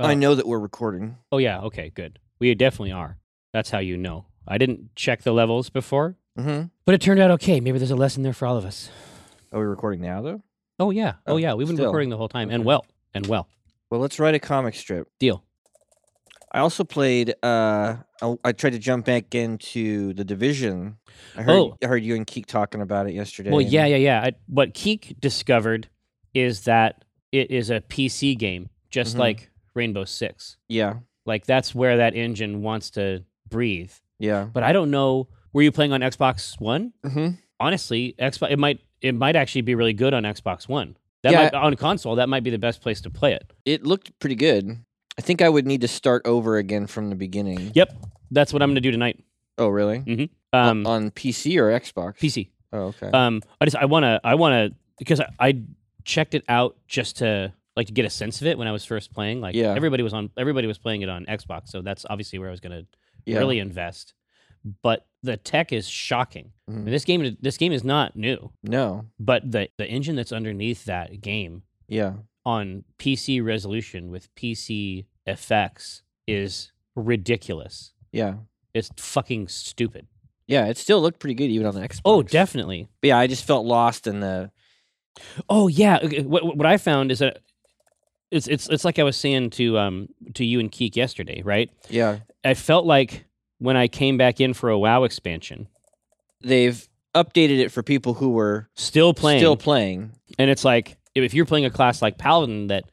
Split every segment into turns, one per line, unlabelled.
I know that we're recording.
Uh, Oh yeah, okay, good. We definitely are. That's how you know. I didn't check the levels before,
Mm-hmm.
but it turned out okay. Maybe there's a lesson there for all of us.
Are we recording now, though?
Oh yeah. Oh,
Oh,
yeah, we've been
still.
recording the whole time and
Okay.
well. And well.
Well, let's write a comic strip.
Deal.
I also played. Uh, I, I tried to jump back into the division. I heard.
Oh.
I heard you and Keek talking about it yesterday.
Well,
and-
yeah, yeah, yeah. I, what Keek discovered is that it is a PC game just
Mhm.
like Rainbow 6.
yeah,
Like that's where that engine wants to breathe.
yeah.
But I don't know, were you playing on Xbox 1?
Mm-hmm.
honestly, Xbox it might it might actually be really good on Xbox One. That
Yeah.
might on console, that might be the best place to play it.
It looked pretty good. I think I would need to start over again from the beginning.
Yep. That's what I'm gonna do tonight.
Oh, really?
Um
On PC or Xbox?
PC.
Oh, okay.
Um I just I wanna I wanna because I, I checked it out just to like to get a sense of it when I was first playing. Like
Yeah.
everybody was on everybody was playing it on Xbox, so that's obviously where I was gonna
yeah.
really invest. But the tech is shocking. I mean,
Mhm.
this game this game is not new,
No.
but the the engine that's underneath that game
Yeah.
on PC resolution with PC effects is ridiculous.
Yeah.
It's fucking stupid.
Yeah. It still looked pretty good even on the Xbox.
Oh, definitely.
But yeah, I just felt lost in the.
Oh yeah. Okay, What what I found is that it's it's it's like I was saying to um to you and Keek yesterday, right?
Yeah.
I felt like when I came back in for a WoW expansion,
They've updated it for people who were
still playing,
Still playing.
and it's like if if you're playing a class like Paladin that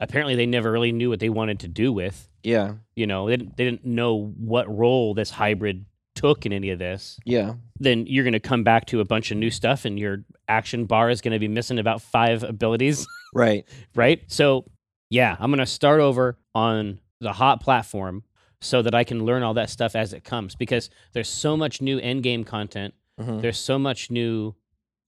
apparently they never really knew what they wanted to do with.
Yeah.
You know, they didn't, they didn't know what role this hybrid took in any of this.
Yeah.
then you're going to come back to a bunch of new stuff and your action bar is going to be missing about five abilities,
Right.
right? So, yeah, I'm going to start over on the hot platform so that I can learn all that stuff as it comes because there's so much new end game content,
Mhm.
there's so much new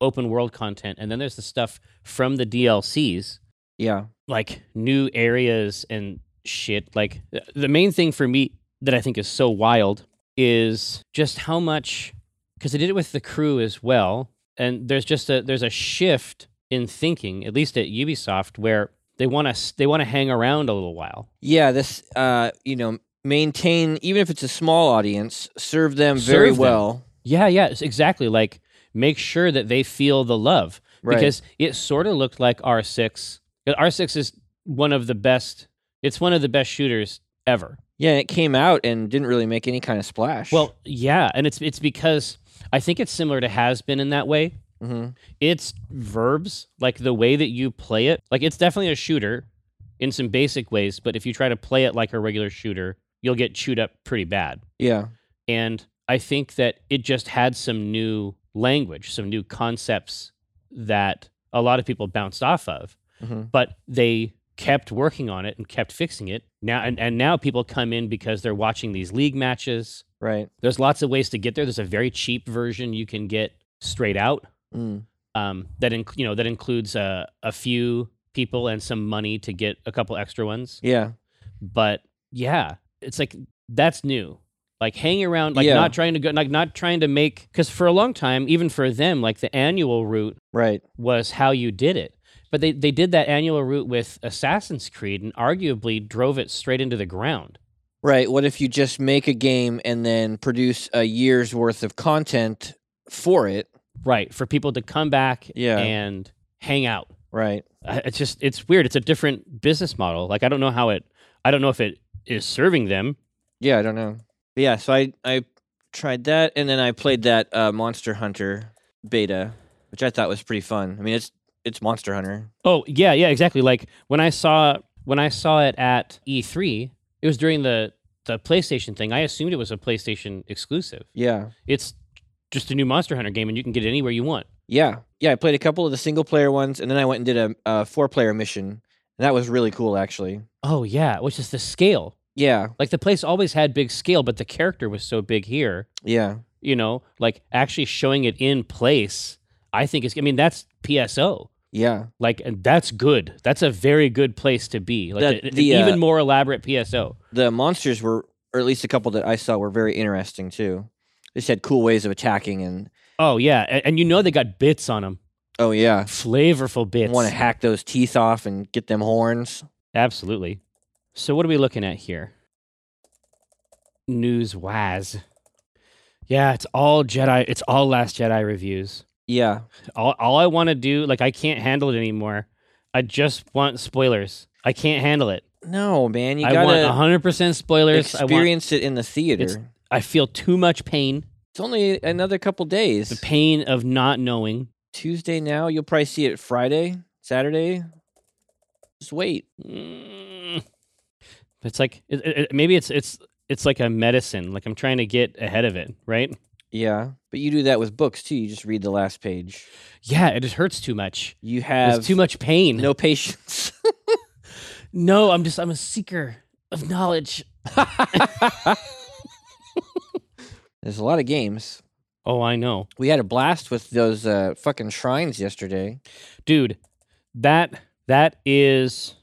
open world content, and then there's the stuff from the DLCs,
Yeah.
like new areas and shit. Like th- the main thing for me that I think is so wild is just how much because they did it with the crew as well, and there's just a there's a shift in thinking, at least at Ubisoft, where they want to they want to hang around a little while,
Yeah. This, uh, you know, maintain even if it's a small audience, serve them very
Serve them.
well.
Yeah, yeah, it's exactly. Like make sure that they feel the love
Right.
because it sort of looked like R6. R6 is one of the best. It's one of the best shooters ever.
yeah, and it came out and didn't really make any kind of splash.
Well, yeah, and it's it's because I think it's similar to has been in that way.
hmm
It's verbs, like the way that you play it. Like it's definitely a shooter in some basic ways, but if you try to play it like a regular shooter, you'll get chewed up pretty bad.
yeah,
And I think that it just had some new language, some new concepts that a lot of people bounced off of,
hmm
but they kept working on it and kept fixing it. Now and, and now people come in because they're watching these league matches
right.
there's lots of ways to get there. There's a very cheap version you can get straight out
Mm.
um, that inc- you know that includes a, a few people and some money to get a couple extra ones.
Yeah,
But yeah, it's like that's new. Like hanging around, like
Yeah.
not trying to go, like not trying to make. Because for a long time, even for them, like the annual route
right.
was how you did it. But they, they did that annual route with Assassin's Creed and arguably drove it straight into the ground.
Right. What if you just make a game and then produce a year's worth of content for it?
Right. For people to come back
Yeah.
and hang out.
Right.
I- it's just it's weird it's a different business model like i don't know how it i don't know if it is serving them
Yeah, I don't know. But yeah, so I I tried that, and then I played that uh, Monster Hunter beta, which I thought was pretty fun. I mean, it's it's Monster Hunter.
oh yeah yeah exactly like when i saw when i saw it at e3 it was during the the playstation thing i assumed it was a playstation exclusive
Yeah,
it's just a new monster hunter game and you can get it anywhere you want
yeah, yeah. I played a couple of the single player ones, and then I went and did a, a four player mission, and that was really cool, actually.
oh yeah which is the scale
Yeah,
like the place always had big scale but the character was so big here
yeah,
you know like actually showing it in place i think is i mean that's pso
yeah,
Like and that's good. That's a very good place to be. Like
That-
a- an
the, uh,
even more elaborate PSO.
the monsters were, or at least a couple that I saw were very interesting too. They just had cool ways of attacking, and
Oh yeah, and, and you know they got bits on them,
oh yeah,
flavorful bits.
want to hack those teeth off and get them horns.
Absolutely. So what are we looking at here? News wise. Yeah, it's all Jedi. It's all Last Jedi reviews.
Yeah.
All, all I want to do, like, I can't handle it anymore. I just want spoilers. I can't handle it.
No, man, you
I
gotta
want 100% spoilers. I, want,
experience it in the theater. It's,
I feel too much pain.
only another couple days.
The pain of not knowing.
Tuesday now. You'll probably see it Friday, Saturday. Just wait.
Mm. It's like it, it, it- maybe it's it's it's like a medicine. Like I'm trying to get ahead of it, right?
Yeah, but you do that with books too. You just read the last page.
Yeah, it just hurts too much.
You have
It's too much pain.
No patience.
no, I'm just I'm a seeker of knowledge.
There's a lot of games.
Oh, I know,
We had a blast with those uh, fucking shrines yesterday.
dude. That that is.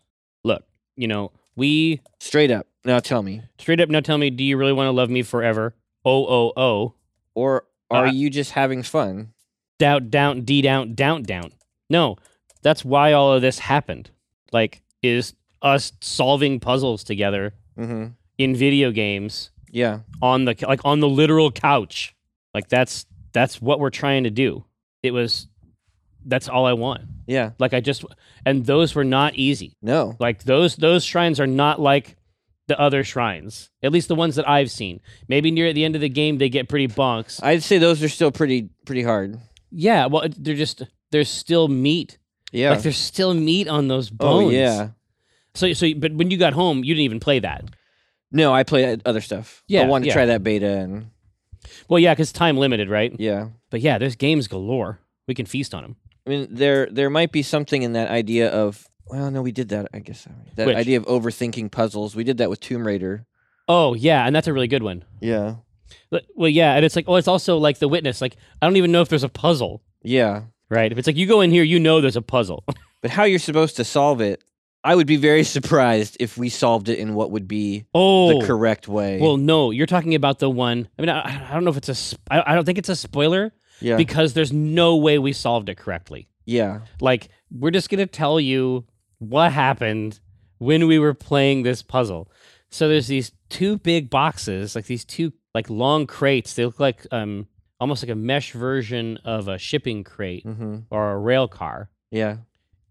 Look, you know, we
Straight up. Now tell me,
straight up now tell me, do you really want to love me forever? Oh oh oh.
or are
Uh,
you just having fun?
doubt, down, d down, down, down. No, that's why all of this happened. Like, is us solving puzzles together
hmm
in video games
Yeah.
on the like on the literal couch. Like that's that's what we're trying to do. It was that's all I want.
Yeah.
Like I just and those were not easy.
No.
Like those those shrines are not like the other shrines. At least the ones that I've seen. Maybe near the end of the game they get pretty bonks.
I'd say those are still pretty pretty hard.
Yeah, well it- they're just there's still meat
Yeah.
Like there's still meat on those bones.
oh yeah.
So so but when you got home, you didn't even play that.
No, I played other stuff. I
Yeah,
wanted
yeah.
to try that beta and
Well, yeah, because time limited, right?
yeah.
But yeah, there's games galore. We can feast on them.
I mean, there there might be something in that idea of well, no, we did that. I guess already. that
Which?
idea of overthinking puzzles. We did that with Tomb Raider.
Oh yeah, and that's a really good one.
Yeah,
But- Well, yeah, and it's like oh, it's also like the witness. Like I don't even know if there's a puzzle,
yeah.
right? If it's like you go in here, you know there's a puzzle.
But how you're supposed to solve it? I would be very surprised if we solved it in what would be
oh,
the correct way.
well, no, you're talking about the one. I mean, I, I don't know if it's a. Sp- I, I don't think it's a spoiler
yeah,
because there's no way we solved it correctly.
yeah,
Like, we're just going to tell you what happened when we were playing this puzzle. So there's these two big boxes, like these two like long crates. They look like um almost like a mesh version of a shipping crate
hmm
or a rail car,
yeah,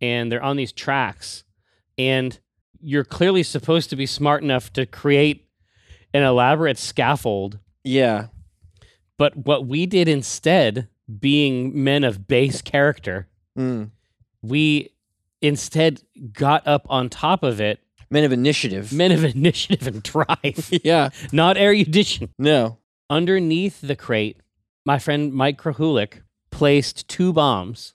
and they're on these tracks and you're clearly supposed to be smart enough to create an elaborate scaffold,
yeah.
but what we did instead, being men of base character,
Mm.
we instead got up on top of it,
Men of initiative.
men of initiative and drive,
yeah.
not erudition.
No.
Underneath the crate, my friend Mike Krahulik placed two bombs,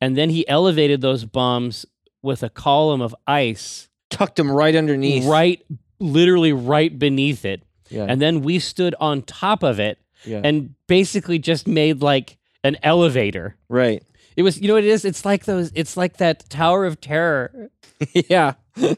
and then he elevated those bombs with a column of ice
Tucked them right underneath.
right, literally right beneath it.
Yeah.
And then we stood on top of it
yeah.
and basically just made like an elevator.
right.
It was, you know what it is? It's like those, it's like that Tower of Terror
yeah.
in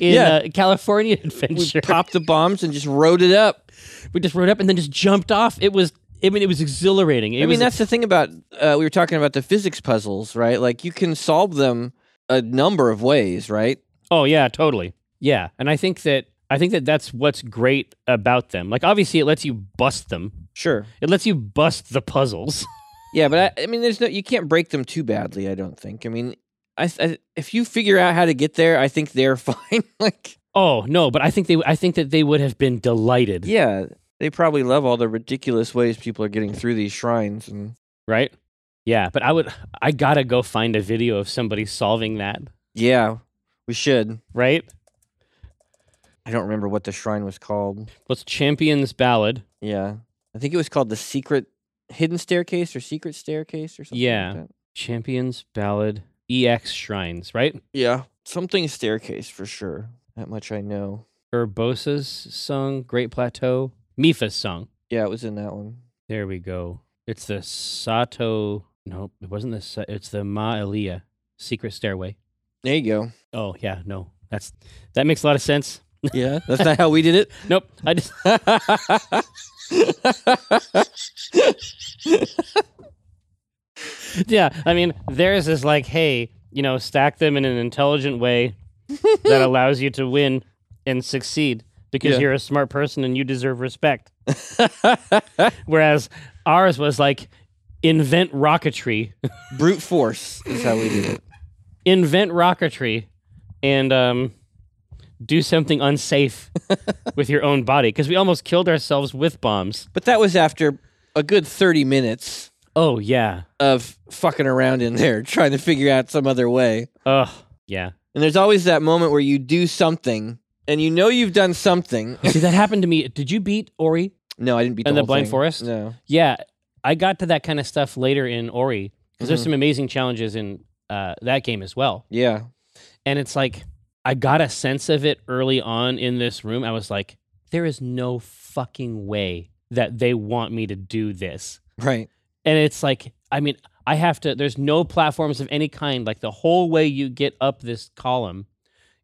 Yeah.
uh, California
We
Adventure.
popped the bombs and just rode it up.
We just rode up and then just jumped off. It was, I mean, it was exhilarating. It
I
was,
mean, that's the thing about uh, we were talking about the physics puzzles, right? Like you can solve them a number of ways, right?
oh yeah, totally, yeah. And I think that I think that that's what's great about them. Like, obviously, it lets you bust them.
Sure.
It lets you bust the puzzles.
Yeah, but I, I mean, there's no you can't break them too badly. I don't think. I mean, I, th- I if you figure out how to get there, I think they're fine. like,
oh no, but I think they, I think that they would have been delighted,
yeah, they probably love all the ridiculous ways people are getting through these shrines. And
right? Yeah, but I would, I gotta go find a video of somebody solving that,
yeah, we should.
right?
I don't remember what the shrine was called.
What's Champions Ballad?
Yeah, I think it was called the secret hidden staircase or secret staircase or something. like
Yeah.
that.
Champions Ballad EX Shrines, right?
Yeah, something staircase for sure. That much I know.
Urbosa's song, Great Plateau, Mifa's song.
Yeah, it was in that one.
There we go. It's the Sato. Nope, it wasn't the. Sa- It's the Ma Elia Secret Stairway.
There you go.
Oh yeah, no, that's that makes a lot of sense.
Yeah, that's not how we did it.
Nope, I just yeah. I mean, theirs is like, hey, you know, stack them in an intelligent way that allows you to win and succeed because
Yeah.
you're a smart person and you deserve respect. Whereas ours was like invent rocketry,
Brute force is how we did it.
invent rocketry, and um, do something unsafe with your own body because we almost killed ourselves with bombs.
But that was after a good 30 minutes
Oh yeah.
of fucking around in there trying to figure out some other way.
Ugh. Yeah.
And there's always that moment where you do something and you know you've done something.
See, that happened to me. Did you beat Ori?
No, I didn't beat
And
the,
the
whole
Blind
thing.
Forest?
No.
Yeah, I got to that kind of stuff later in Ori because there's
Mhm.
some amazing challenges in uh, that game as well.
Yeah.
And it's like I got a sense of it early on in this room. I was like, there is no fucking way that they want me to do this.
Right.
And it's like, I mean, I have to. There's no platforms of any kind. Like the whole way you get up this column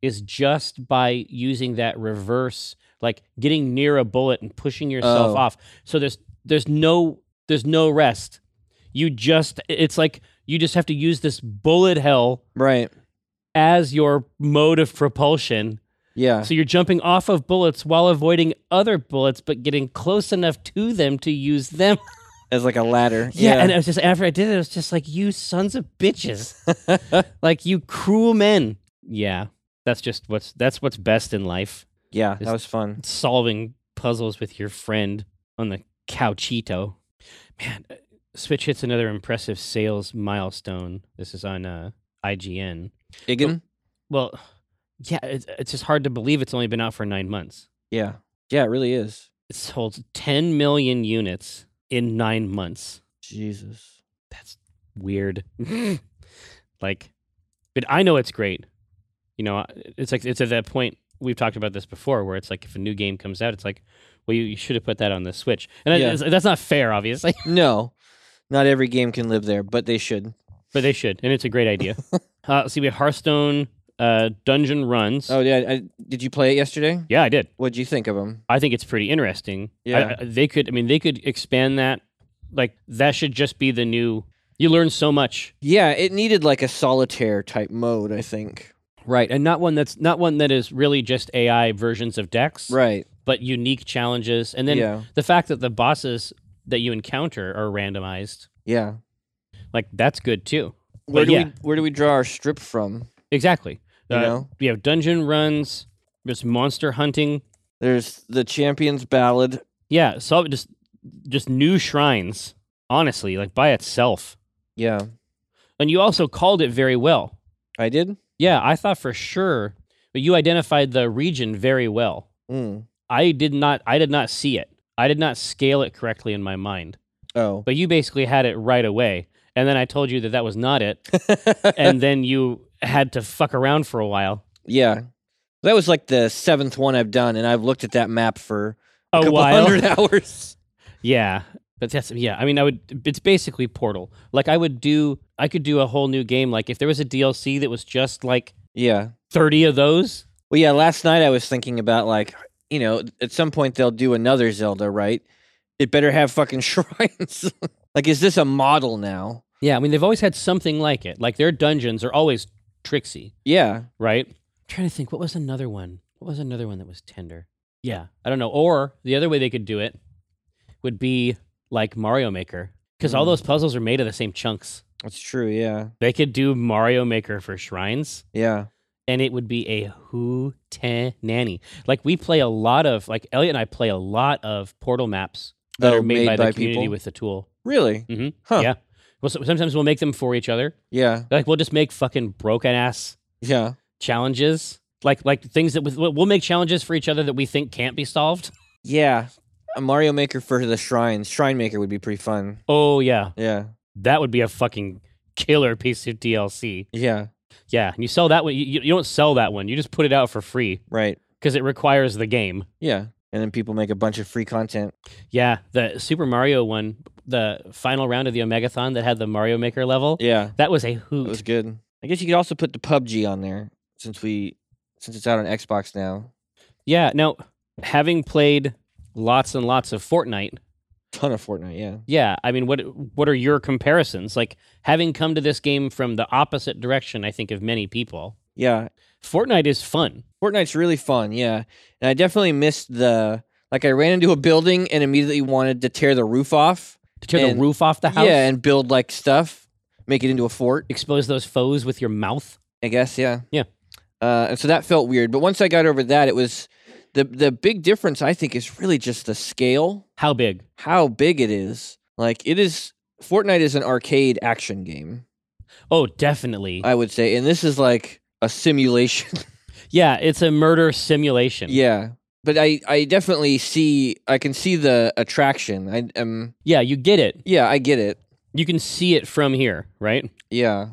is just by using that reverse, like getting near a bullet and pushing yourself
Oh.
off. So there's there's no there's no rest. You just it's like you just have to use this bullet hell
Right.
as your mode of propulsion.
Yeah.
So you're jumping off of bullets while avoiding other bullets, but getting close enough to them to use them.
As like a ladder.
Yeah, and it was just after I did it, it was just like, you sons of bitches, like you cruel men. Yeah, that's just what's that's what's best in life:
yeah, that
It's-
was fun.
solving puzzles with your friend on the couchito. Man, uh, Switch hits another impressive sales milestone. This is on uh, IGN.
Igan?
Well, yeah, it's, it's just hard to believe it's only been out for nine months.
Yeah. Yeah, it really is.
It sold 10 million units in nine months.
Jesus.
That's weird. like, but I know it's great. You know, I- it's like, it's at that point we've talked about this before where it's like if a new game comes out, it's like, well, you, you should have put that on the Switch. And I-
Yeah.
it's- that's not fair, obviously,
No. Not every game can live there, but they should.
but they should. And it's a great idea. uh, see, we have Hearthstone uh, Dungeon Runs.
Oh, yeah. I, did you play it yesterday?
Yeah, I did.
What'd you think of them?
I think it's pretty interesting. I-
Yeah.
I- they could. I mean, they could expand that. Like that should just be the new. You learn so much,
Yeah, it needed like a solitaire type mode, I think.
right? And not one that's not one that is really just AI versions of decks,
Right.
but unique challenges. And then
yeah.
the fact that the bosses that you encounter are randomized,
Yeah.
like that's good too.
Where
But
do
yeah.
we where do we draw our strip from?
Exactly. Uh,
You know?
We have dungeon runs. There's monster hunting.
There's the Champions Ballad.
Yeah, so just just new shrines. Honestly, like by itself.
Yeah.
And you also called it very well.
I did?
Yeah, I thought for sure, but you identified the region very well.
Mm.
I did not I did not see it. I did not scale it correctly in my mind.
Oh.
But you basically had it right away. And then I told you that that was not it, and then you had to fuck around for a while.
yeah. That was like the seventh one I've done, and I've looked at that map for a,
A
couple
while.
hundred hours.
Yeah. But that's yeah, I mean I would it's basically Portal. Like I would do I could do a whole new game like if there was a DLC that was just like
Yeah.
30 of those,
Well, yeah, last night I was thinking about like, you know, at some point they'll do another Zelda, right? It better have fucking shrines. like, is this a model now?
yeah, I mean they've always had something like it. Like their dungeons are always tricksy.
Yeah.
right? trying to think, what was another one? What was another one that was tender? Yeah, I don't know. Or the other way they could do it would be like Mario Maker, because all
Mm.
those puzzles are made of the same chunks.
That's true. Yeah.
They could do Mario Maker for shrines,
Yeah.
and it would be a who nanny. Like we play a lot of, like Elliot and I play a lot of portal maps that
Oh,
are made,
made
by,
by
the community
people?
with the tool.
Really?
Mhm.
Huh.
Yeah. Well, so- sometimes we'll make them for each other.
Yeah.
Like we'll just make fucking broken ass
Yeah.
challenges like like things that with, we'll make challenges for each other that we think can't be solved
Yeah. A Mario Maker for the shrines. Shrine Maker would be pretty fun.
oh yeah
Yeah.
that would be a fucking killer piece of dlc
Yeah.
yeah and you sell that one you, you- you don't sell that one you just put it out for free
Right.
because it requires the game
Yeah. And then people make a bunch of free content.
yeah the super mario one the final round of the omegathon that had the mario maker level
Yeah.
that was a
That
hoot
was good. I guess you could also put the PUBG on there since we since it's out on Xbox now.
yeah now having played lots and lots of fortnite
Ton of Fortnite, yeah.
Yeah, I mean, what what are your comparisons? Like having come to this game from the opposite direction, I think of many people.
Yeah,
Fortnite is fun.
Fortnite's really fun. Yeah, and I definitely missed the like I ran into a building and immediately wanted to tear the roof off.
To tear
And-
the roof off the house.
Yeah, and build like stuff, make it into a fort.
expose those foes with your mouth.
I guess, yeah.
Yeah.
Uh, and so that felt weird, but once I got over that, it was the the big difference. I think is really just the scale,
How big?
how big it is. Like it is, Fortnite is an arcade action game,
Oh, definitely.
I would say, and this is like a simulation.
yeah, it's a murder simulation.
yeah, but I I definitely see I can see the attraction. I um
Yeah, you get it.
yeah I get it.
You can see it from here, right?
Yeah,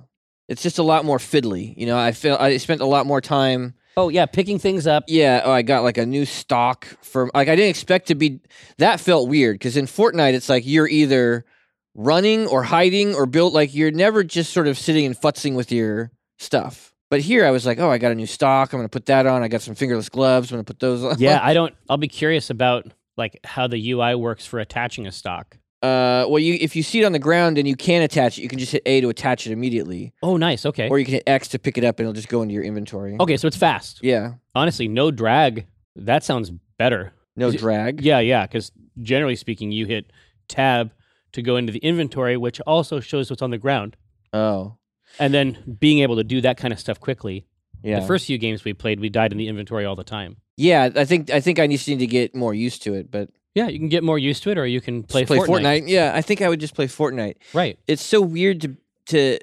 it's just a lot more fiddly. You know, I feel I spent a lot more time
Oh, yeah, picking things up.
Yeah, oh, I got like a new stock from like I didn't expect to be that felt weird because in Fortnite it's like you're either running or hiding or built like you're never just sort of sitting and futzing with your stuff. But here I was like, oh, I got a new stock. I'm gonna put that on. I got some fingerless gloves. I'm gonna put those on.
yeah, I don't I'll be curious about like how the UI works for attaching a stock.
Uh, well, you if you see it on the ground and you can attach it, you can just hit A to attach it immediately,
Oh, nice. Okay.
or you can hit X to pick it up and it'll just go into your inventory.
okay, so it's fast.
Yeah.
Honestly, no drag. That sounds better.
No
Is it-
drag.
Yeah, yeah, cuz generally speaking, you hit tab to go into the inventory, which also shows what's on the ground.
Oh.
And then being able to do that kind of stuff quickly.
Yeah.
The first few games we played, we died in the inventory all the time.
yeah. I think I think I just need to get more used to it, but.
Yeah, you can get more used to it, or you can play,
Just Fortnite. Yeah, I think I would just play Fortnite.
Right.
It's so weird to to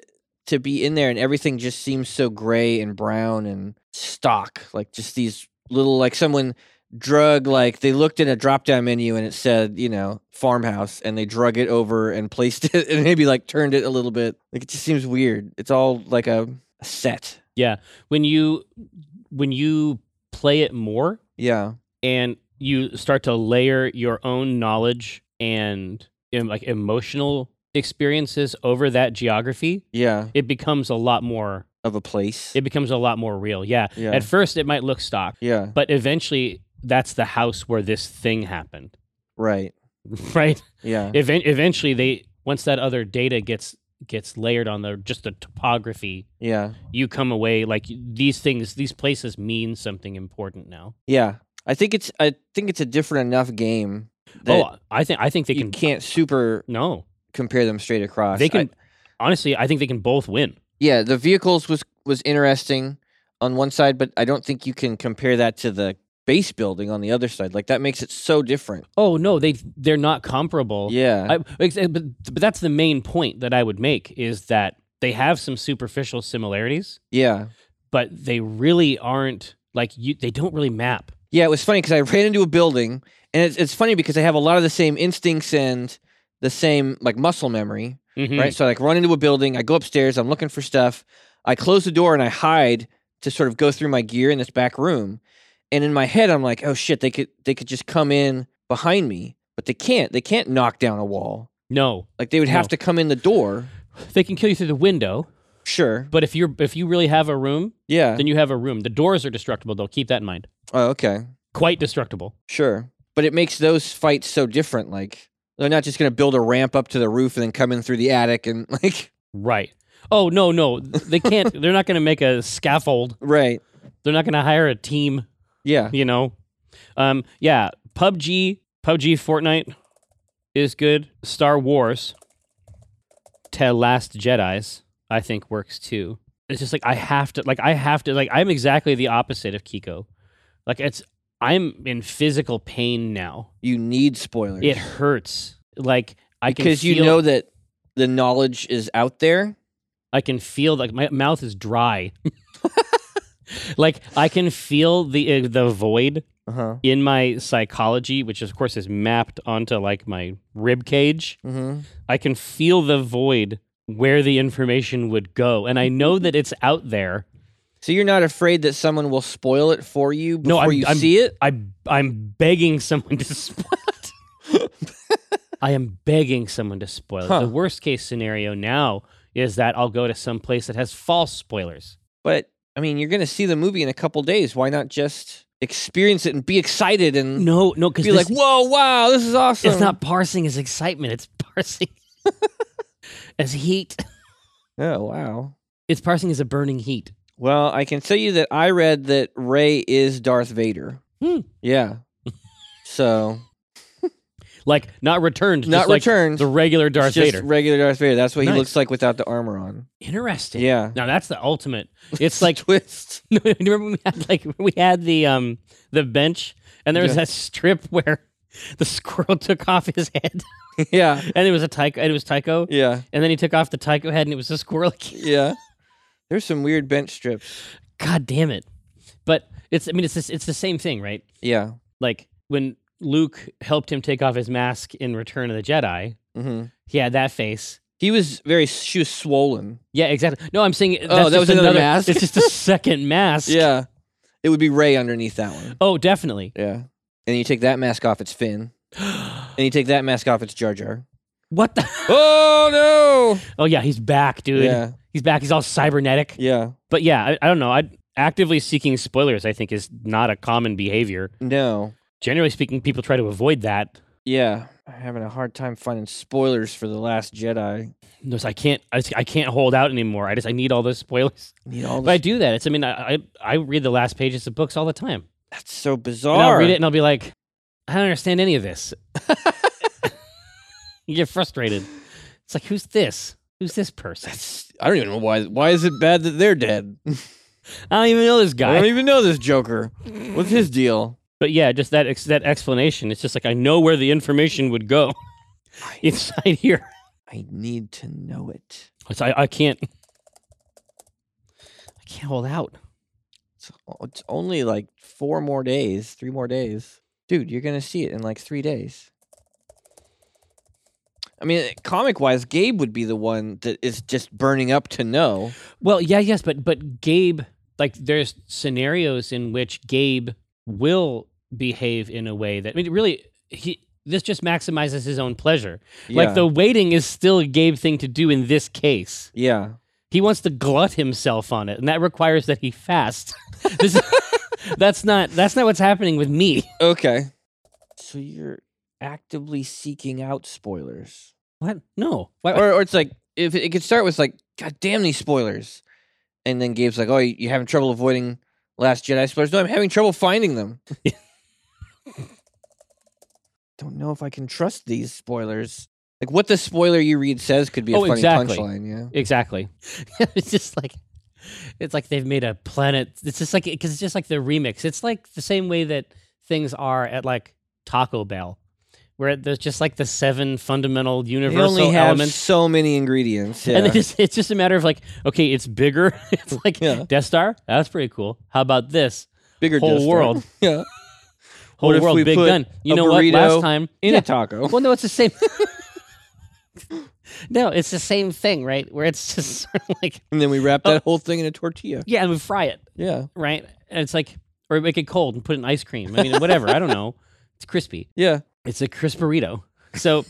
to be in there and everything just seems so gray and brown and stock. Like just these little like someone drug like they looked in a drop down menu and it said, you know, farmhouse and they drug it over and placed it and maybe like turned it a little bit. Like it just seems weird. It's all like a, a set.
When you when you play it more
Yeah.
and you start to layer your own knowledge and em- like emotional experiences over that geography,
Yeah.
it becomes a lot more
Of a place.
it becomes a lot more real. Yeah.
yeah.
At first it might look stock,
yeah.
but eventually that's the house where this thing happened.
Right.
Right?
Yeah.
Even eventually they once that other data gets gets layered on the just the topography
yeah.
you come away like y- these things these places mean something important now
Yeah, I think it's I think it's a different enough game that
oh i think i think they
you
can
can, not super
no
compare them straight across.
they
I-
can honestly i think they can both win
yeah, the vehicles was was interesting on one side, but I don't think you can compare that to the base building on the other side. Like that makes it so different.
oh no they they're not comparable
Yeah,
I, ex- eh, but, but that's the main point that i would make is that they have some superficial similarities
yeah,
but they really aren't like you they don't really map
yeah. It was funny because I ran into a building, and it's it's funny because I have a lot of the same instincts and the same like muscle memory.
Mhm.
right? So I like run into a building, I go upstairs, I'm looking for stuff, I close the door and I hide to sort of go through my gear in this back room. And in my head, I'm like, oh shit, they could they could just come in behind me, but they can't. They can't knock down a wall.
no
Like they would have
No.
to come in the door.
they can kill you through the window
Sure.
but if you're if you really have a room
Yeah.
then you have a room the doors are destructible though keep that in mind
Oh, okay.
quite destructible
Sure. But it makes those fights so different. Like they're not just gonna build a ramp up to the roof and then come in through the attic and like
Right. Oh no, no, they can't. they're not going to make a scaffold.
Right.
They're not going to hire a team.
Yeah.
You know. Um. Yeah. PUBG. PUBG. Fortnite is good. Star Wars. To Last Jedi's, I think works too. It's just like I have to. Like I have to. Like I'm exactly the opposite of Kiko. Like it's. I'm in physical pain now.
You need spoilers.
It hurts. Like I can
Because you
feel-
know that the knowledge is out there.
I can feel like my mouth is dry. like I can feel the uh, the void
Uh-huh.
in my psychology, which is, of course is mapped onto like my rib cage.
Mm-hmm.
I can feel the void where the information would go, and I know that it's out there.
So you're not afraid that someone will spoil it for you before
No, I'm-
you
I'm-
see it?
I I'm begging someone to spoil it. I am begging someone to spoil it.
Huh.
The worst case scenario now is that I'll go to some place that has false spoilers.
But I mean, you're going to see the movie in a couple days. Why not just experience it and be excited and
No, no, because
Mm. be like, "Whoa, wow, this is awesome."
It's not parsing as excitement. It's parsing as heat.
Oh, wow.
It's parsing as a burning heat.
Oh, Well, I can tell you that I read that Ray is Darth Vader.
Hmm.
Yeah. so
Like not returned,
not
just like
returned.
the regular Darth
it's just
Vader.
regular Darth Vader. That's what
Nice.
he looks like without the armor on.
Interesting.
Yeah.
Now that's the ultimate. It's like
twist.
No, you remember when we had like we had the um the bench and there was
Yeah.
that strip where the squirrel took off his head
yeah.
and it was a tycho and it was tycho
Yeah.
and then he took off the tycho head and it was a squirrel. again.
Yeah. There's some weird bench strips.
God damn it! But it's I mean it's this, it's the same thing, right?
Yeah.
Like when Luke helped him take off his mask in Return of the Jedi,
hmm
he had that face.
He was very. She was swollen.
Yeah, exactly. No, I'm saying
Oh, that
just
was another mask?
It's just a second mask.
Yeah. It would be Ray underneath that one.
Oh, definitely.
Yeah. And you take that mask off, it's Finn. And you take that mask off, it's Jar Jar.
what the?
Oh
Oh yeah, he's back, dude.
Yeah.
He's back. He's all cybernetic.
Yeah.
But yeah, I, I don't know. I actively seeking spoilers, I think, is not a common behavior.
No.
Generally speaking, people try to avoid that.
Yeah. I'm having a hard time finding spoilers for the Last Jedi.
Notice I can't, I, just- I can't hold out anymore. I just, I need all those spoilers.
Need all
But I
this.
do that. It's, I mean, I, I, I read the last pages of books all the time.
That's so
And I'll
bizarre.
read it and I'll be like, I don't understand any of this. you get frustrated. It's like, who's this? Who's this person?
That's, I don't even know why. Why is it bad that they're dead?
I don't even know this
I don't
guy.
even know this Joker. What's his deal?
But yeah, just that ex- that explanation. It's just like I know where the information would go inside here.
I need to know it.
It's, I, I can't. I can't hold out.
It's, o- it's only like four more days, three more days. Dude, you're going to see it in like three days. I mean, eh, comic wise, Gabe would be the one that is just burning up to know.
Well, yeah, yes, but but Gabe, like, there's scenarios in which Gabe will behave in a way that I mean, really, he this just maximizes his own pleasure.
Yeah.
Like the waiting is still a Gabe thing to do in this case.
Yeah.
He wants to glut himself on it, and that requires that he fast. This- that's not that's not what's happening with me.
Okay. So you're actively seeking out spoilers.
What? No. Why,
Or, or it's like, if it could start with like, God damn these spoilers. And then Gabe's like, oh, you- you're having trouble avoiding Last Jedi spoilers? No, I'm having trouble finding them. Don't know if I can trust these spoilers. Like what the spoiler you read says could be a
Oh,
funny
exactly.
punchline, yeah.
Exactly. it's just like it's like they've made a planet. It's just like because it's just like the remix. It's like the same way that things are at like Taco Bell, where there's just like the seven fundamental
They
universal
only have
elements.
so many ingredients. Yeah.
And then it's, it's just a matter of like, okay, it's bigger. it's like
Yeah.
Death Star. That's pretty cool. How about this
Bigger
whole
distance.
world?
yeah.
Whole
What if
world,
we
big
put
gun. You
a
know what? Last
burrito
time
In
Yeah.
a taco.
Well, no, it's the same. no, it's the same thing, right? Where it's just sort of like,
And then we wrap that whole thing in a tortilla.
Oh. yeah, and we fry it.
Yeah.
right? And it's like, or make it cold and put it in ice cream. I mean, whatever. I don't know. It's crispy.
Yeah.
It's a crisp burrito. So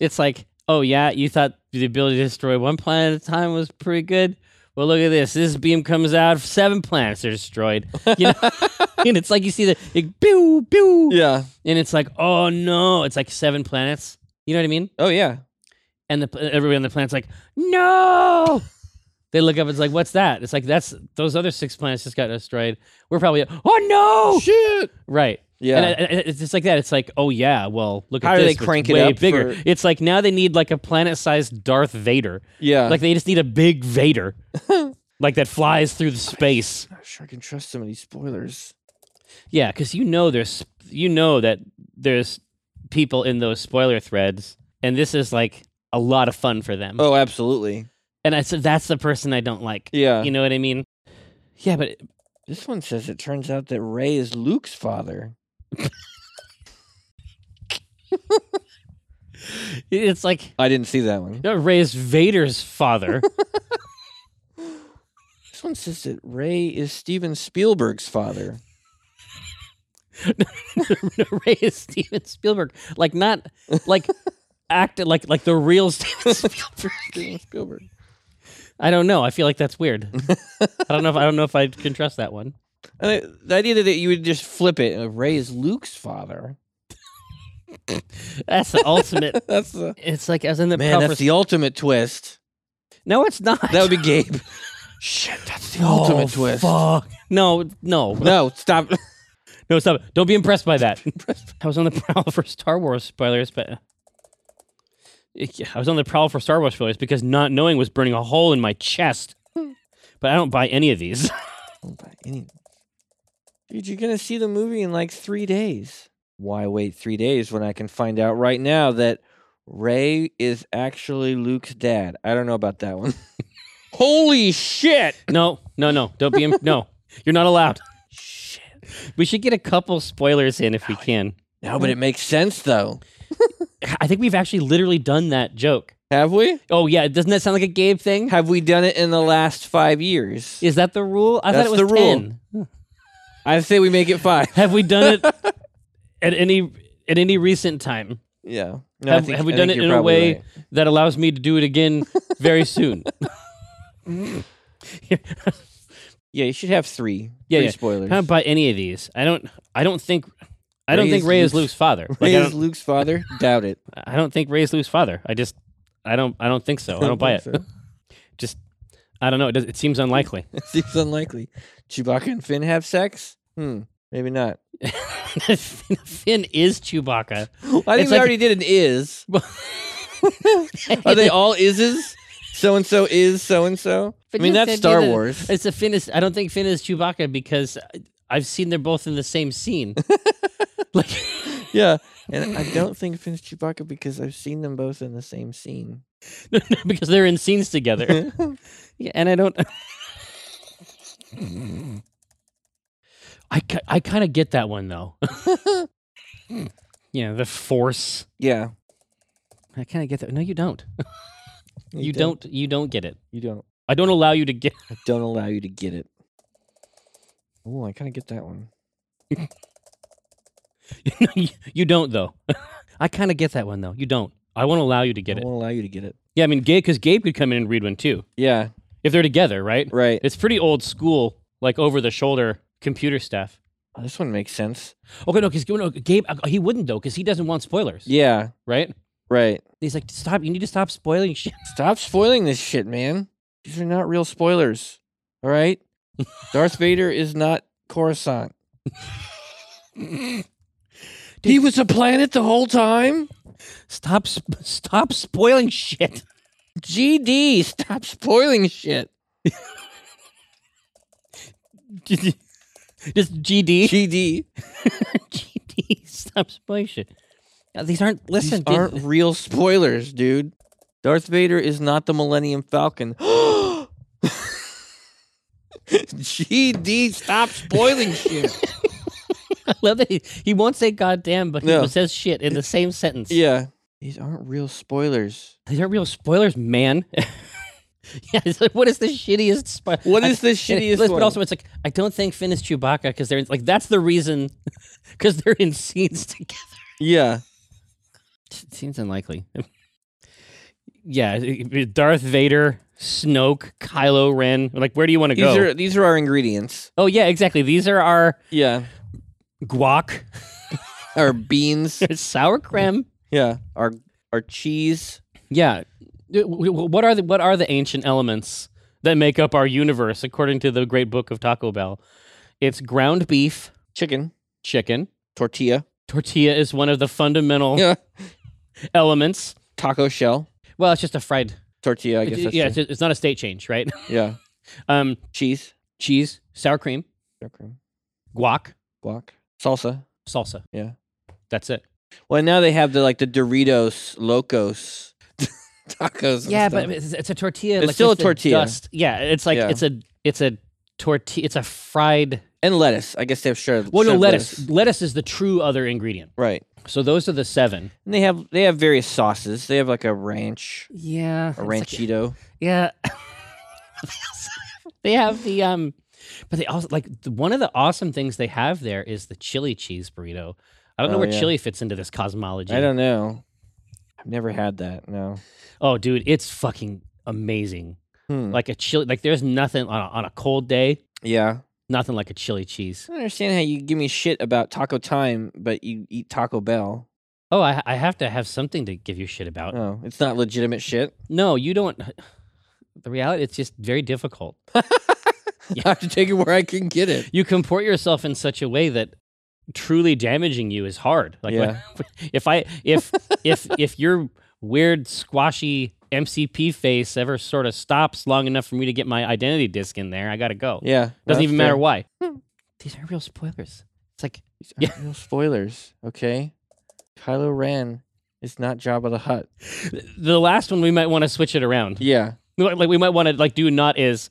it's like, oh yeah, you thought the ability to destroy one planet at a time was pretty good. Well, look at this. This beam comes out. Seven planets are destroyed. You know, and it's like you see the like, pew pew,
Yeah.
and it's like, oh no, it's like seven planets. You know what I mean?
Oh yeah.
And the pl- everybody on the planet's like, no. They look up. It's like, what's that? It's like that's those other six planets just got destroyed. We're probably, oh no,
shit.
right?
Yeah.
And, I- I- it's just like that. It's like, oh yeah, well, look
How
at
do
this.
they
It's
crank it
way
up
bigger.
for-
It's like now they need like a planet-sized Darth Vader.
yeah.
Like they just need a big Vader, like that flies through the space.
I'm not sure I can trust some of these spoilers.
Yeah, because you know there's you know that there's people in those spoiler threads, and this is like a lot of fun for them.
Oh, absolutely.
And I said that's the person I don't like.
Yeah.
You know what I mean? Yeah, but
this one says it turns out that Ray is Luke's father.
it's like
I didn't see that one.
no, Ray is Vader's father.
This one says that Ray is Steven Spielberg's father.
no, Ray is Steven Spielberg. Like not like acted like like the real Steven
Steven
Spielberg.
Spielberg.
I don't know. I feel like that's weird. I don't know if I don't know if I can trust that one.
And I, the idea that you would just flip it and Ray is Luke's father.
That's the ultimate.
That's the
It's like as in the
man.
proper.
That's the ultimate twist.
no, it's not.
That would be Gabe. Shit, that's the ultimate
Oh,
twist.
Fuck. No, no,
No, stop.
no, stop it. Don't be impressed by that. I was on the prowl for Star Wars spoilers, but Yeah, I was on the prowl for Star Wars spoilers because not knowing was burning a hole in my chest. But I don't buy any of these.
Don't buy any- Dude, you're gonna see the movie in like three days. Why wait three days when I can find out right now that Ray is actually Luke's dad? I don't know about that one. Holy shit!
No, no, no. Don't be. Im- no, you're not allowed. Shit. We should get a couple spoilers in if we can.
No, but it makes sense though.
I think we've actually literally done that joke.
Have we?
Oh yeah, doesn't that sound like a Gabe thing?
Have we done it in the last five years?
Is that the rule? I
That's
thought
the
it was
rule.
ten.
I say we make it five.
Have we done it at any at any recent time
Yeah. No,
Have- have we done
think
it
you're
in a
probably
way-
right.
that allows me to do it again very soon?
Yeah, you should have three.
Yeah,
three
yeah.
spoilers.
I don't buy any of these. I don't. I don't think. I don't
Ray
think
is
Ray is
Luke's-
Luke's father. Like,
Ray
I,
is
don't,
Luke's father? Doubt it.
I don't think Ray is Luke's father. I just. I don't. I don't think so. I don't buy it. Just. I don't know. It, does, it seems unlikely.
It seems unlikely. Chewbacca and Finn have sex? Hmm, maybe not.
Finn is Chewbacca.
I think we
like-
already did an is. Are they all ises? So and so is so and so. I
But
mean,
you
that's
said
Star
neither-
Wars.
It's a Finn is. I don't think Finn is Chewbacca because I- I've seen they're both in the same scene. like,
Yeah, and I don't think Finn's Chewbacca because I've seen them both in the same scene.
because they're in scenes together. Yeah, and I don't. I, ki- I kind of get that one though. yeah, the force.
yeah,
I kind of get that. No, you don't. You, don't. You don't get it.
You don't.
I don't allow you to get.
I don't allow you to get it. Oh, I kind of get that one.
you don't though. I kind of get that one though. You don't. I won't allow you to get
I
it.
won't allow you to get it.
Yeah, I mean, Gabe, because Gabe could come in and read one too
Yeah,
if they're together, right?
right.
It's pretty old school, like over the shoulder computer stuff.
Oh, this one makes sense.
Okay, no, because no, Gabe, uh, he wouldn't though, because he doesn't want spoilers,
Yeah,
right?
right.
He's like, stop! You need to stop spoiling shit.
Stop spoiling this shit, man. These are not real spoilers. All right? Darth Vader is not Coruscant. He was a planet the whole time?
Stop! sp- Stop spoiling shit.
GD, stop spoiling shit.
Just GD,
GD.
GD, stop spoiling shit. Yeah, These aren't. Listen,
These aren't
dude,
real spoilers, dude. Darth Vader is not the Millennium Falcon. GD, stop spoiling shit.
I love that he, he won't say goddamn, but he
No.
says shit in the same sentence.
Yeah. These aren't real spoilers.
These aren't real spoilers, man. yeah, it's like, what is the shittiest spoiler?
What is the shittiest
But
one?
also, it's like I don't think Finn is Chewbacca because they're in, like that's the reason because they're in scenes together.
Yeah.
It seems unlikely. yeah, it- it- Darth Vader, Snoke, Kylo Ren. Like, where do you want to
These
go?
are these are our ingredients.
oh yeah, exactly. These are our
Yeah.
guac,
Our beans.
sour creme.
Yeah, our our cheese.
Yeah. W- w- What are the what are the ancient elements that make up our universe according to the great book of Taco Bell? It's ground beef,
Chicken.
chicken.
Tortilla.
Tortilla is one of the fundamental
Yeah.
elements.
Taco shell.
Well, it's just a fried.
Tortilla, I guess that's
yeah, e-,
yeah,
it's, it's not a state change, right?
yeah.
Um,
Cheese.
cheese, sour cream,
sour cream,
guac,
Guac. Salsa.
salsa.
Yeah.
That's it.
Well now they have the like the Doritos Locos tacos. and
Yeah,
stuff.
but it's, it's a tortilla.
It's
like,
still
with
a
the
tortilla.
dust. Yeah, it's like
Yeah.
it's a it's a tortilla. It's a fried.
and lettuce. I guess they have shredded.
Well, no
shredded
lettuce. Lettuce is the true other ingredient.
Right.
So those are the seven.
And they have they have various sauces. They have like a ranch,
Yeah.
a ranchito.
yeah. they have the um, but they also like the, one of the awesome things they have there is the chili cheese burrito. I don't know
Oh,
where
yeah.
chili fits into this cosmology.
I don't know. I've never had that. No.
Oh, dude, it's fucking amazing.
Hmm.
Like a chili, like there's nothing on a, on a cold day,
Yeah.
nothing like a chili cheese.
I don't understand how you give me shit about Taco Time, but you eat Taco Bell.
Oh, I, Uh, I have to have something to give you shit about.
Oh, it's not legitimate shit.
No, you don't. the reality it's just very difficult.
I have to take it where I can get it.
You comport yourself in such a way that truly damaging you is hard. Like
Yeah.
if I if if if your weird squashy MCP face ever sort of stops long enough for me to get my identity disc in there, I gotta go.
Yeah.
Doesn't
that's
even
fair.
matter why. These are real spoilers. It's like
These aren't real spoilers, okay? Kylo Ren is not Jabba the Hutt.
the last one we might want to switch it around.
Yeah,
Like like, we might want to like do not is.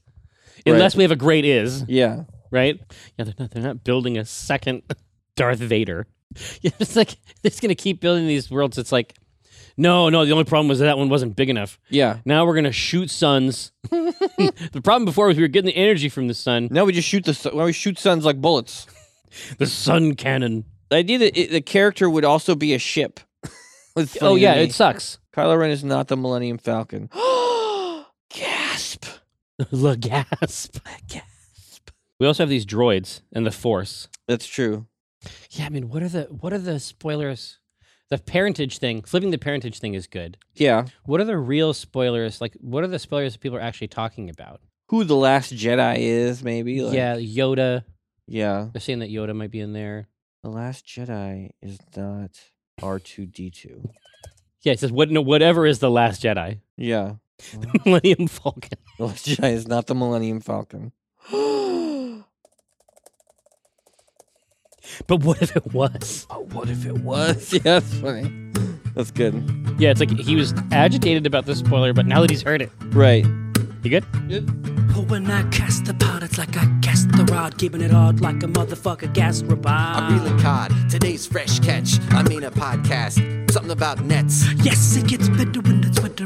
Unless we have a great is,
yeah.
right? Yeah, they're not, they're not building a second Darth Vader. Yeah, it's like they're just gonna keep building these worlds. It's like, no, no. The only problem was that that one wasn't big enough.
Yeah.
Now we're gonna shoot suns. the problem before was we were getting the energy from the sun.
No, we just shoot the sun. We shoot suns like bullets.
The sun cannon.
The idea that it, the character would also be a ship. was
oh
funny to
yeah,
me.
it sucks.
Kylo Ren is not the Millennium Falcon. Gasp!
La gasp. gasp. We also have these droids and the force.
That's true.
Yeah, I mean, what are the what are the spoilers? The parentage thing, flipping the parentage thing is good.
Yeah.
What are the real spoilers? Like, what are the spoilers people are actually talking about?
Who the last Jedi is, maybe? Like,
yeah, Yoda.
Yeah.
They're saying that Yoda might be in there.
The last Jedi is not R2D2.
Yeah, it says what, no, whatever is the Last Jedi,
Yeah.
Millennium Falcon.
The last Jedi is not the Millennium Falcon. but
But what if it was?
what if it was? Yeah, that's funny. That's good.
Yeah, it's like he was agitated about the spoiler, but now that he's heard it,
Right.
you good?
But when I cast the pot, it's like I cast the rod, keeping it hard like a motherfucker gas robot.
I'm reeling cod. Today's fresh catch. I mean a podcast. Something about nets.
Yes, it gets better when it's winter.